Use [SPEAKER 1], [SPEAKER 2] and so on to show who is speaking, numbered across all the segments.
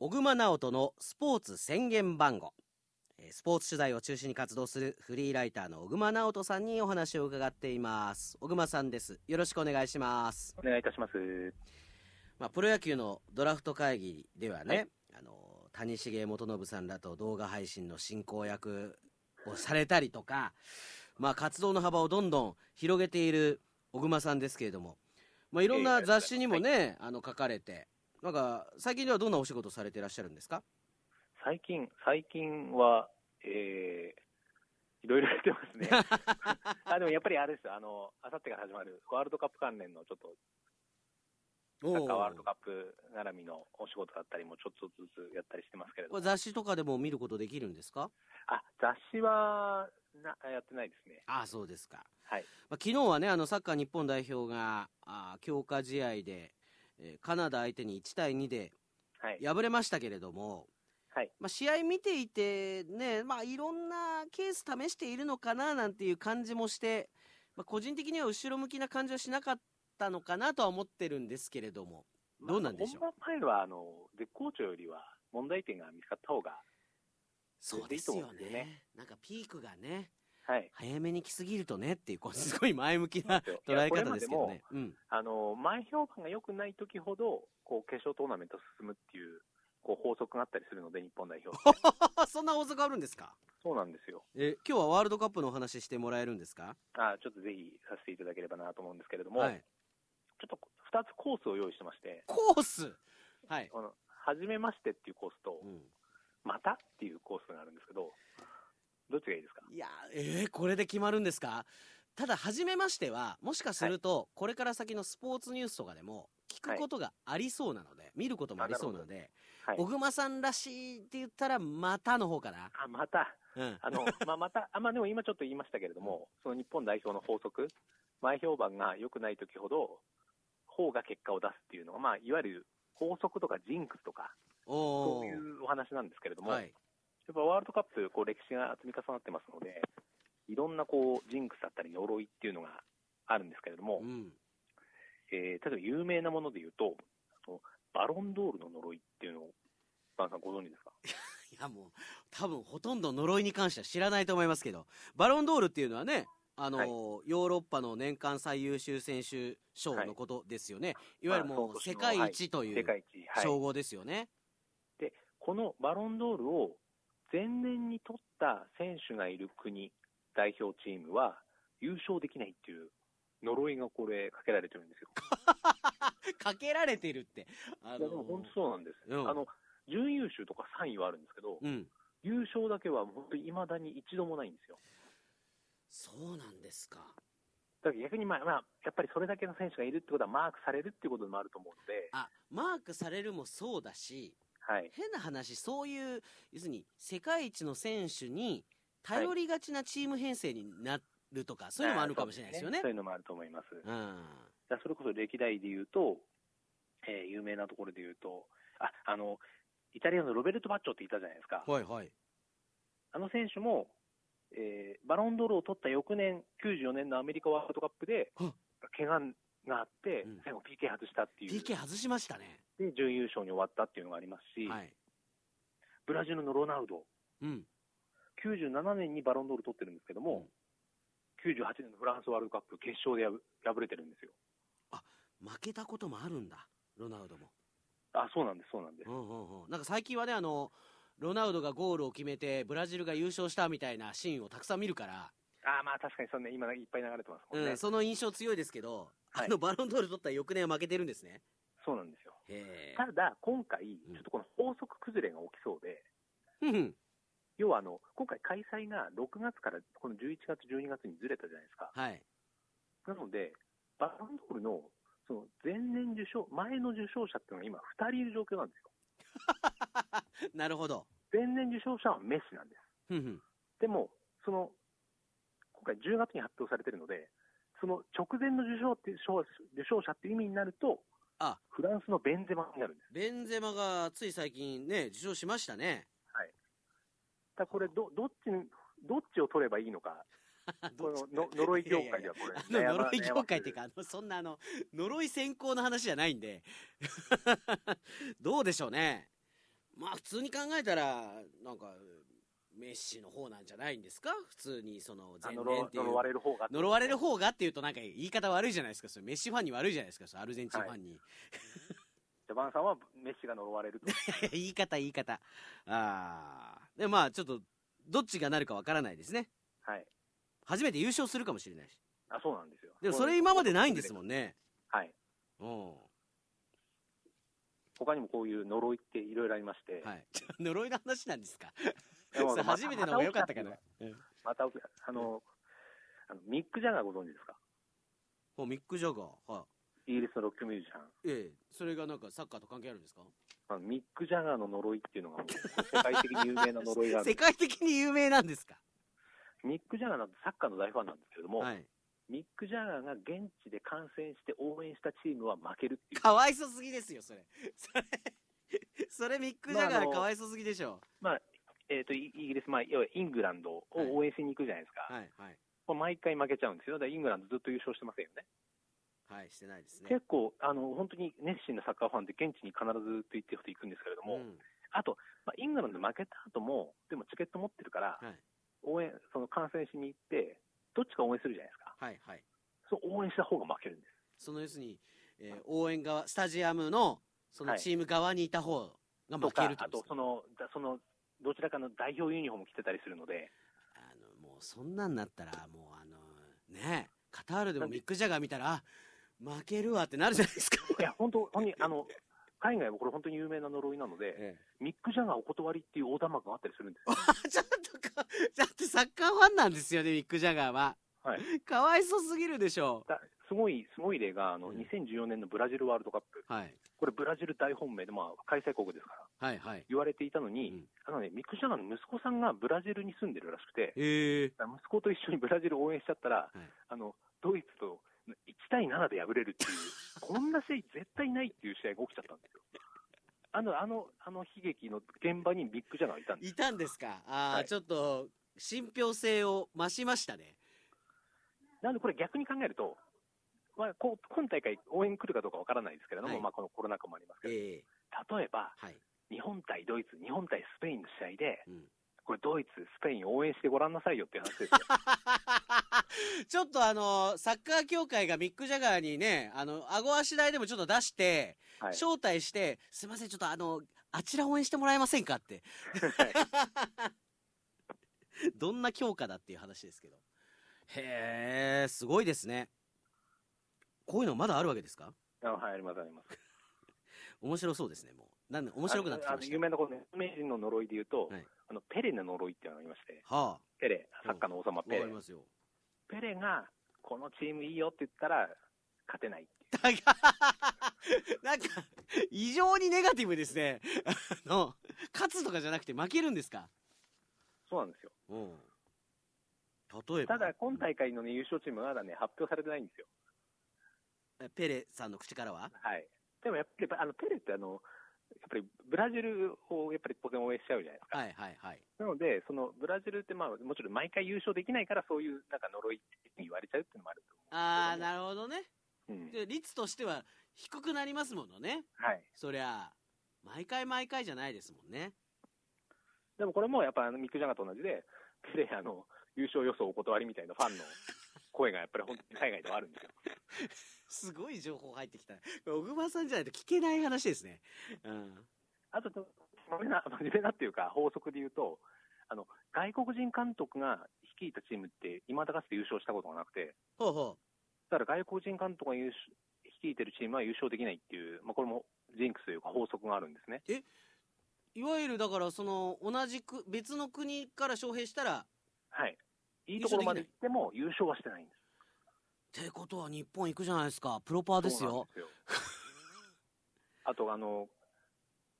[SPEAKER 1] 小熊直人のスポーツ宣言番号えースポーツ取材を中心に活動するフリーライターの小熊直人さんにお話を伺っています小熊さんですよろしくお願いします
[SPEAKER 2] お願いいたします。
[SPEAKER 1] まあ、プロ野球のドラフト会議ではね、
[SPEAKER 2] は
[SPEAKER 1] あの谷繁元信さんらと動画配信の進行役をされたりとか、まあ、活動の幅をどんどん広げている小熊さんですけれども、まあ、いろんな雑誌にもね、あの書かれてなんか最近ではどんなお仕事されていらっしゃるんですか
[SPEAKER 2] 最近、最近は、えー、いろいろやってま すね。あでもやっぱりあれですよ、あの、あさってから始まるワールドカップ関連のちょっと、サッカーワールドカップ絡みのお仕事だったりもちょっとずつやったりしてますけれど
[SPEAKER 1] こ
[SPEAKER 2] も
[SPEAKER 1] れ、雑誌とかでも見ることできるんですか
[SPEAKER 2] あ、雑誌は、な、やってないですね。
[SPEAKER 1] ああそうですか、
[SPEAKER 2] はい。
[SPEAKER 1] まあ、昨日はねあのサッカー日本代表があー強化試合で、えーカナダ相手に1対2で
[SPEAKER 2] はい。
[SPEAKER 1] 敗れましたけれども、
[SPEAKER 2] はい
[SPEAKER 1] まあ、試合見ていて、ねまあ、いろんなケース試しているのかななんていう感じもして、まあ、個人的には後ろ向きな感じはしなかったのかなとは思ってるんですけれども、どうなんでしょう
[SPEAKER 2] まあ本番前は、あの、絶好調よりは、問題点が見つかった方が、
[SPEAKER 1] そうですよ
[SPEAKER 2] いいと思うんですよ
[SPEAKER 1] ね
[SPEAKER 2] ね、
[SPEAKER 1] なんかピークがね、
[SPEAKER 2] はい。
[SPEAKER 1] 早めに来すぎるとねっていう、こうすごい前向きな
[SPEAKER 2] そうですよ
[SPEAKER 1] 捉え
[SPEAKER 2] いやこれ
[SPEAKER 1] 方
[SPEAKER 2] ま
[SPEAKER 1] で
[SPEAKER 2] です
[SPEAKER 1] けど
[SPEAKER 2] も
[SPEAKER 1] ね。うん
[SPEAKER 2] あの前評判が良くない時ほどこう決勝トーナメント進むっていうこう法則があったりするので日本代 表って
[SPEAKER 1] あそんな法則あるんですか
[SPEAKER 2] そうなんですよ
[SPEAKER 1] え今日はワールドカップのお話してもらえるんですか
[SPEAKER 2] あちょっとぜひさせていただければなと思うんですけれども、
[SPEAKER 1] はい。
[SPEAKER 2] ちょっと2つコースを用意してまして
[SPEAKER 1] コースはい。
[SPEAKER 2] この初めましてっていうコースと、
[SPEAKER 1] うん
[SPEAKER 2] またっていうコースがあるんですけどどっちがいいですか
[SPEAKER 1] いやー、えーこれで決まるんですかただ、初めましては、もしかすると、これから先のスポーツニュースとかでも、聞くことがありそうなので、見ることもありそうなので、
[SPEAKER 2] はい
[SPEAKER 1] 小熊さんらしいって言ったら、またの方かな。
[SPEAKER 2] あまた
[SPEAKER 1] うん。
[SPEAKER 2] あの、まあ、またあまあでも今ちょっと言いましたけれどもその日本代表の法則前評判が良くない時ほど方が結果を出すっていうのが、まあ、いわゆる法則とかジンクスとか
[SPEAKER 1] お
[SPEAKER 2] そういうお話なんですけれど
[SPEAKER 1] ー。
[SPEAKER 2] も、
[SPEAKER 1] は
[SPEAKER 2] やっ
[SPEAKER 1] い。
[SPEAKER 2] ぱワールドカップ、こう歴史が積み重なってますので、いろんなこうジンクスだったり、呪いっていうのがあるんですけれども、
[SPEAKER 1] うん。
[SPEAKER 2] えー例えば有名なもので言うと、あのバロンドールの呪いっていうのを、バンさん、ご存知ですか
[SPEAKER 1] いや、もう、多分、ほとんど呪いに関しては知らないと思いますけど、バロンドールっていうのはね、あのー
[SPEAKER 2] はい
[SPEAKER 1] ヨーロッパの年間最優秀選手賞のことですよね。い、わゆるも
[SPEAKER 2] ま
[SPEAKER 1] う、
[SPEAKER 2] あそ
[SPEAKER 1] 世
[SPEAKER 2] うそうそう
[SPEAKER 1] 界一とい
[SPEAKER 2] 世
[SPEAKER 1] う
[SPEAKER 2] 界一、はい
[SPEAKER 1] 称号ですよね。
[SPEAKER 2] このバロンドールを前年に取った選手がいる国、代表チームは優勝できないっていう呪いがこれ、かけられてるんですよ。
[SPEAKER 1] かけられてるって。あ
[SPEAKER 2] いやでも本当そうなんです、
[SPEAKER 1] うん
[SPEAKER 2] あの準優勝とか3位はあるんですけど、
[SPEAKER 1] うん。
[SPEAKER 2] 優勝だけは本当にいまだに一度もないんですよ。
[SPEAKER 1] そうなんですか。
[SPEAKER 2] だから逆に、まあまあ、やっぱりそれだけの選手がいるってことはマークされるっていうこともあると思うので、
[SPEAKER 1] あ、マークされるもそうだし、
[SPEAKER 2] はい、
[SPEAKER 1] 変な話、そういう、要するに、世界一の選手に頼りがちなチーム編成になるとか、そういうのもあるかもしれないですよね。
[SPEAKER 2] そういうのもあると思います。だか
[SPEAKER 1] うん。
[SPEAKER 2] らそれこそ歴代で言うと、えー有名なところで言うと、ああのイタリアのロベルト・バッチョっていたじゃないですか、
[SPEAKER 1] はいはい。
[SPEAKER 2] あの選手も、えーバロンドールを取った翌年、94年のアメリカワールドカップで
[SPEAKER 1] は、
[SPEAKER 2] 怪我があって、
[SPEAKER 1] うん
[SPEAKER 2] 最後、PK 外したっていう、
[SPEAKER 1] PK 外しましたね。
[SPEAKER 2] で準優勝に終わったっていうのがありますし、
[SPEAKER 1] はい。
[SPEAKER 2] ブラジルのロナウド、
[SPEAKER 1] うん。
[SPEAKER 2] 97年にバロンドール取ってるんですけども、98年のフランスワールドカップ決勝で敗敗れてるんですよ。
[SPEAKER 1] 負けたこともあるんだ。ロナウドも。
[SPEAKER 2] あ、そうなんです、そうなんです
[SPEAKER 1] う。んうんうん。なんか最近はね、あの、ロナウドがゴールを決めて、ブラジルが優勝したみたいなシーンをたくさん見るから、
[SPEAKER 2] あ、まあ確かにそんな今いっぱい流れてますもんね。
[SPEAKER 1] うん、その印象強いですけど、
[SPEAKER 2] はい
[SPEAKER 1] あのバロンドール取った翌年は負けてるんですね。
[SPEAKER 2] そうなんですよ。
[SPEAKER 1] へ
[SPEAKER 2] ただ、今回、ち
[SPEAKER 1] ん
[SPEAKER 2] ょっとこの法則崩れが起きそうで、
[SPEAKER 1] え。うんうん。
[SPEAKER 2] 要はあの、今回開催が6月からこの11月、12月にずれたじゃないですか。
[SPEAKER 1] はい。
[SPEAKER 2] なので、バロンドールの、その前年受賞、前の受賞者っていうのが今2人いる状況なんですよ。
[SPEAKER 1] なるほど。
[SPEAKER 2] 前年受賞者はメッシなんです。
[SPEAKER 1] ふんふん。
[SPEAKER 2] でも、その、今回10月に発表されてるので、その直前の受賞って賞受賞者っていう意味になると、
[SPEAKER 1] あ
[SPEAKER 2] フランスのベンゼマになるんです。
[SPEAKER 1] ベンゼマがつい最近ね、受賞しましたね。
[SPEAKER 2] だからこれど、どっちに、どっちを取ればいいのか、 このの呪い業界ではこれ
[SPEAKER 1] あの、
[SPEAKER 2] 悩ま
[SPEAKER 1] 呪い
[SPEAKER 2] 悩ま
[SPEAKER 1] 業界っていうか、
[SPEAKER 2] せる
[SPEAKER 1] あの、そんなあの、 呪い先行の話じゃないんで。どうでしょうね。まあ普通に考えたらなんかメッシの方なんじゃないんですか普通にその
[SPEAKER 2] あ
[SPEAKER 1] 前
[SPEAKER 2] の
[SPEAKER 1] 年
[SPEAKER 2] 呪
[SPEAKER 1] っていう
[SPEAKER 2] 呪われる方が。
[SPEAKER 1] 呪われる方がっていうとなんか言い方悪いじゃないですかそれメッシファンに悪いじゃないですかそれアルゼンチンファンに、
[SPEAKER 2] ジャパンさんはメッシが呪わ れると。
[SPEAKER 1] 言い方言い方ああでまあちょっとどっちがなるかわからないですね
[SPEAKER 2] はい。
[SPEAKER 1] 初めて優勝するかもしれないし
[SPEAKER 2] あ、そうなんですよ。
[SPEAKER 1] でもそれ今までないんですも
[SPEAKER 2] ん。
[SPEAKER 1] んね
[SPEAKER 2] はい。
[SPEAKER 1] うん
[SPEAKER 2] 他にもこういう呪いっていろいろありまして。
[SPEAKER 1] はい 呪いの話なんですか
[SPEAKER 2] でも
[SPEAKER 1] それ
[SPEAKER 2] ま
[SPEAKER 1] 初めての方が良かったかな
[SPEAKER 2] ままた起きた、あの、あのミック・ジャガーご存知ですか
[SPEAKER 1] あミック・ジャガーは
[SPEAKER 2] イギリスのロックミュージシャン。
[SPEAKER 1] いええそれがなんかサッカーと関係あるんですか
[SPEAKER 2] あのミック・ジャガーの呪いっていうのがもう世界的に有名な呪いが あ
[SPEAKER 1] 世
[SPEAKER 2] る。
[SPEAKER 1] 界的に有名なんですか
[SPEAKER 2] ミック・ジャガーなんてサッカーの大ファンなんですけれども、
[SPEAKER 1] はい
[SPEAKER 2] ミック・ジャガーが現地で観戦して応援したチームは負け るっていう。
[SPEAKER 1] かわいそすぎですよそれ それそれミック・ジャ
[SPEAKER 2] まあ
[SPEAKER 1] ガ
[SPEAKER 2] あ
[SPEAKER 1] ー
[SPEAKER 2] の
[SPEAKER 1] かわいそすぎでしょ
[SPEAKER 2] えっ、と、イイギリス、まあ、要はイングランドを
[SPEAKER 1] はい
[SPEAKER 2] 応援しに行くじゃないですか。
[SPEAKER 1] はいはい
[SPEAKER 2] もう毎回負けちゃうんですよ。だからイングランドずっと優勝してませんよね。
[SPEAKER 1] はいしてないですね
[SPEAKER 2] 結構、あの、本当に熱心なサッカーファンで現地に必ずと言ってる人行くんですけれども、
[SPEAKER 1] うん
[SPEAKER 2] あと、まあ、イングランド負けた後も、でもチケット持ってるから、
[SPEAKER 1] はい
[SPEAKER 2] 応援、その観戦しに行って、どっちか応援するじゃないですか。
[SPEAKER 1] はいはい
[SPEAKER 2] そう応援した方が負けるんです。
[SPEAKER 1] その要するに、えー応援側スタジアムのその
[SPEAKER 2] はい
[SPEAKER 1] チーム側にいた方が負けるって
[SPEAKER 2] あ
[SPEAKER 1] ことで
[SPEAKER 2] と
[SPEAKER 1] すか
[SPEAKER 2] その、だその、どちらかの代表ユニフォーム着てたりするので、
[SPEAKER 1] あのもうそんなんなったらもうあのねえカタールでもミック・ジャガー見たらあ負けるわってなるじゃないですか、
[SPEAKER 2] いや、本当、本当に、あの、海外もこれ本当に有名な呪いなので、
[SPEAKER 1] ええ
[SPEAKER 2] ミック・ジャガーお断りっていう横断幕があったりするんですよ。
[SPEAKER 1] あ ちょっとかだってサッカーファンなんですよねミック・ジャガーは
[SPEAKER 2] はい。
[SPEAKER 1] かわいそすぎるでしょ
[SPEAKER 2] だすごい、すごい例が、あの、
[SPEAKER 1] うん
[SPEAKER 2] 2014年のブラジルワールドカップ。
[SPEAKER 1] う、はい、
[SPEAKER 2] これブラジル大本命で、まあ、開催国ですから、
[SPEAKER 1] はいはい
[SPEAKER 2] 言われていたのに、
[SPEAKER 1] うん
[SPEAKER 2] あのね、ミック・ジャガーの息子さんがブラジルに住んでるらしくて、
[SPEAKER 1] ええ
[SPEAKER 2] だから息子と一緒にブラジル応援しちゃったら、
[SPEAKER 1] い
[SPEAKER 2] あのドイツと1対7で敗れるっ ていう、こんな試合絶対ないっていう試合が起きちゃったんですよ。あの、あの、あの悲劇の現場にビッグジャガーがいたんです。
[SPEAKER 1] いたんですかあー、
[SPEAKER 2] はい
[SPEAKER 1] ちょっと信憑性を増しましたね
[SPEAKER 2] なのでこれ逆に考えると、まあ、こう今大会応援来るかどうかわからないですけれども、
[SPEAKER 1] はい
[SPEAKER 2] まあこのコロナ禍もありますけど、
[SPEAKER 1] ええ
[SPEAKER 2] 例えば、
[SPEAKER 1] はい、
[SPEAKER 2] 日本対ドイツ、日本対スペインの試合で、
[SPEAKER 1] うん、
[SPEAKER 2] これドイツ、スペイン応援してごらんなさいよっていう話ですよ。
[SPEAKER 1] ちょっとあのサッカー協会がミック・ジャガーにねあの顎足台でもちょっと出して、
[SPEAKER 2] はい。
[SPEAKER 1] 招待して「すいませんちょっとあのあちら応援してもらえませんか?」って
[SPEAKER 2] はい
[SPEAKER 1] どんな強化だっていう話ですけどへえすごいですねこういうのまだあるわけですか
[SPEAKER 2] あはい、あります、あります。
[SPEAKER 1] 面白そうですねもうなんで面白くなってき
[SPEAKER 2] あの
[SPEAKER 1] ま
[SPEAKER 2] あの
[SPEAKER 1] し
[SPEAKER 2] 有名なこの名人の呪いで言うと、
[SPEAKER 1] はい
[SPEAKER 2] あのペレの呪いっていうのがありまして、
[SPEAKER 1] たは
[SPEAKER 2] ペレ、サッカーの王様
[SPEAKER 1] あわ
[SPEAKER 2] ペ
[SPEAKER 1] か
[SPEAKER 2] レ
[SPEAKER 1] り。ますよ
[SPEAKER 2] ペレが、このチームいいよって言ったら、勝てないっていう。
[SPEAKER 1] なんかなんか異常にネガティブですねあの勝つとかじゃなくて負けるんですか
[SPEAKER 2] そうなんですよ。
[SPEAKER 1] うん例えば
[SPEAKER 2] ただ、今大会の、ね、優勝チームはまだね、発表されてないんですよ。
[SPEAKER 1] うんペレさんの口からは
[SPEAKER 2] はい。でもやっぱり、あのペレってあの、やっぱりブラジルをやっぱり当然応援しちゃうじゃないですか。
[SPEAKER 1] はいはいはい
[SPEAKER 2] なので、そのブラジルって、まあ、もちろん毎回優勝できないから、そういうなんか呪いって言われちゃうっていうのもある
[SPEAKER 1] ああなるほどね
[SPEAKER 2] と思う。うん。
[SPEAKER 1] で率としては低くなりますものね
[SPEAKER 2] はい。
[SPEAKER 1] そりゃ毎回毎回じゃないですもんね
[SPEAKER 2] でもこれもやっぱあのミック・ジャガーと同じで、ペレあの優勝予想お断りみたいなファンの声がやっぱり本当に海外ではあるんですよ。
[SPEAKER 1] すごい情報入ってきたこれ小熊さんじゃないと聞けない話ですねうん
[SPEAKER 2] あと、真面目な、真面目なっていうか、法則で言うと、あの外国人監督が率いたチームって、いまだかつて優勝したことがなくて、
[SPEAKER 1] ほうほ
[SPEAKER 2] だから外国人監督が優勝率いてるチームは優勝できないっていう、まあ、これもジンクスというか、法則があるんですね。
[SPEAKER 1] ういわゆるだからその同じく別の国から招聘したら
[SPEAKER 2] はい。いいところまで行っても、優勝はしてないんです。
[SPEAKER 1] ってことは日本行くじゃないですかプロパーです
[SPEAKER 2] そうなん
[SPEAKER 1] よ
[SPEAKER 2] ですよ。 あと、あの、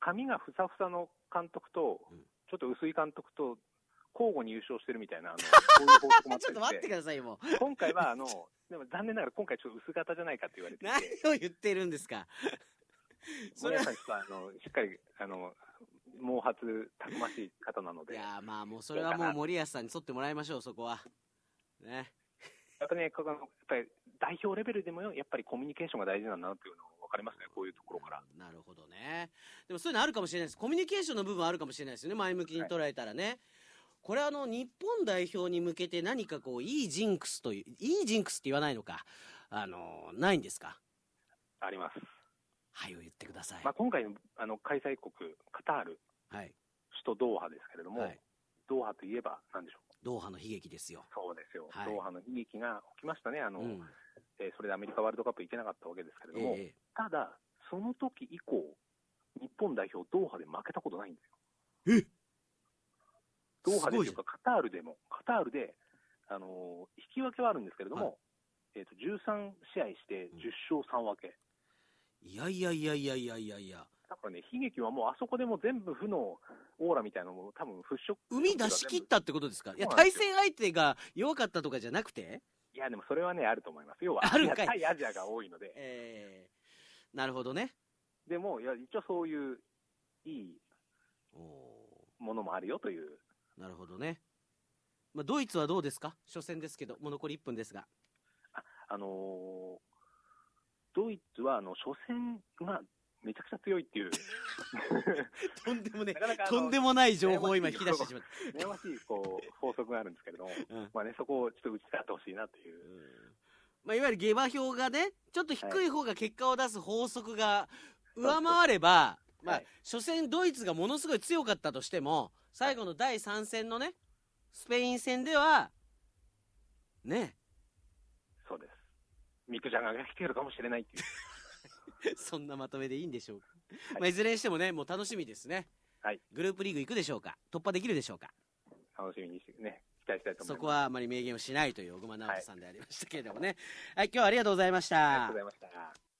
[SPEAKER 2] 髪がふさふさの監督と
[SPEAKER 1] うん、
[SPEAKER 2] ちょっと薄い監督と、交互に優勝してるみ たいな、あの、こういう報告もあ
[SPEAKER 1] あちょっと
[SPEAKER 2] っ
[SPEAKER 1] 待
[SPEAKER 2] た
[SPEAKER 1] っ
[SPEAKER 2] り
[SPEAKER 1] て
[SPEAKER 2] し
[SPEAKER 1] く
[SPEAKER 2] て、
[SPEAKER 1] ださいもう
[SPEAKER 2] 今回は、あの、でも残念ながら今回ちょっと薄型じゃないかって言われてい
[SPEAKER 1] 何
[SPEAKER 2] て、
[SPEAKER 1] を言ってるんですかそれは
[SPEAKER 2] 森谷さんちょっとあの、しっかり、あの、毛髪たくましい方なの
[SPEAKER 1] い
[SPEAKER 2] で、や
[SPEAKER 1] やーまあもうそれはもう森保さんに取ってもらいましょうそこはね
[SPEAKER 2] っぱね、このやっぱり代表レベルでもよやっぱりコミュニケーションが大事なんだなっていうのを分かりますね、こういうところから。
[SPEAKER 1] なるほどね。でもそういうのあるかもしれないです。コミュニケーションの部分あるかもしれないですよね。前向きに捉えたらね。これあの、日本代表に向けて何かこう、いいジンクスという、いいジンクスって言わないのか。あの、ないんですか
[SPEAKER 2] あります。
[SPEAKER 1] はい、を言ってください。
[SPEAKER 2] まあ、今回のあの開催国、カタール、
[SPEAKER 1] はい。
[SPEAKER 2] 首都ドーハですけれども、
[SPEAKER 1] はい。
[SPEAKER 2] ドーハといえば何でしょう。
[SPEAKER 1] ドーハの悲劇ですよ。
[SPEAKER 2] そうですよ。
[SPEAKER 1] はい
[SPEAKER 2] ドーハの悲劇が起きましたね。あ
[SPEAKER 1] う
[SPEAKER 2] の、
[SPEAKER 1] ん。
[SPEAKER 2] えーそれでアメリカワールドカップ行けなかったわけですけれども、
[SPEAKER 1] え
[SPEAKER 2] ただ、その時以降、日本代表、ドーハで負けたことないんですよ。
[SPEAKER 1] え
[SPEAKER 2] ドーハです
[SPEAKER 1] ごいじ
[SPEAKER 2] と
[SPEAKER 1] ゃん
[SPEAKER 2] いうか、カタールでも、カタールで、あのー引き分けはあるんですけれども、
[SPEAKER 1] は
[SPEAKER 2] えー、と13試合して10勝3分け、
[SPEAKER 1] えいやいやいやいやいやいやいや。
[SPEAKER 2] だからね、悲劇はもうあそこでもう全部負のオーラみたいなのも、多分払拭
[SPEAKER 1] 生み出し切ったってことですかいや、
[SPEAKER 2] そうなん
[SPEAKER 1] 対
[SPEAKER 2] ですよ
[SPEAKER 1] 戦相手が弱かったとかじゃなくて
[SPEAKER 2] いや、でもそれはね、あると思います、要は
[SPEAKER 1] あるんかい
[SPEAKER 2] 対アジアが多いので、
[SPEAKER 1] ええなるほどね。
[SPEAKER 2] でもいや一応そういういい
[SPEAKER 1] おー
[SPEAKER 2] ものもあるよという、
[SPEAKER 1] なるほどね。まあ、ドイツはどうですか初戦ですけど、もう残り1分ですが。
[SPEAKER 2] あのードイツはあの初戦がめちゃくちゃ強いって いう、
[SPEAKER 1] とんでもね
[SPEAKER 2] な、かなかあの
[SPEAKER 1] とんでもない情報を今引き出してしまっ
[SPEAKER 2] 悩ましいこう法則があるんですけれども、
[SPEAKER 1] た。うん
[SPEAKER 2] まあね、そこをちょっと打ち立ってほしいなっていう、
[SPEAKER 1] まあ、いわゆる下馬評がね、ちょっと低い方が結果を出す法則が上回れば、
[SPEAKER 2] い
[SPEAKER 1] ま
[SPEAKER 2] は
[SPEAKER 1] あ
[SPEAKER 2] い、
[SPEAKER 1] 初戦ドイツがものすごい強かったとしても、最後の第3戦のね、スペイン戦では、ね、
[SPEAKER 2] そうです。ミクジャガーが来てるかもしれないっていう。
[SPEAKER 1] そんなまとめでいいんでしょうか。
[SPEAKER 2] はい
[SPEAKER 1] まあ、いずれにしてもね、もう楽しみですね。
[SPEAKER 2] はい
[SPEAKER 1] グループリーグ行くでしょうか突破できるでしょうか
[SPEAKER 2] 楽しみにしてね、期待したいと思います。
[SPEAKER 1] そこはあまり明言をしないという小熊直人さんでありましたけれどもね。はい、今日はありがとうございました。
[SPEAKER 2] ありがとうございました。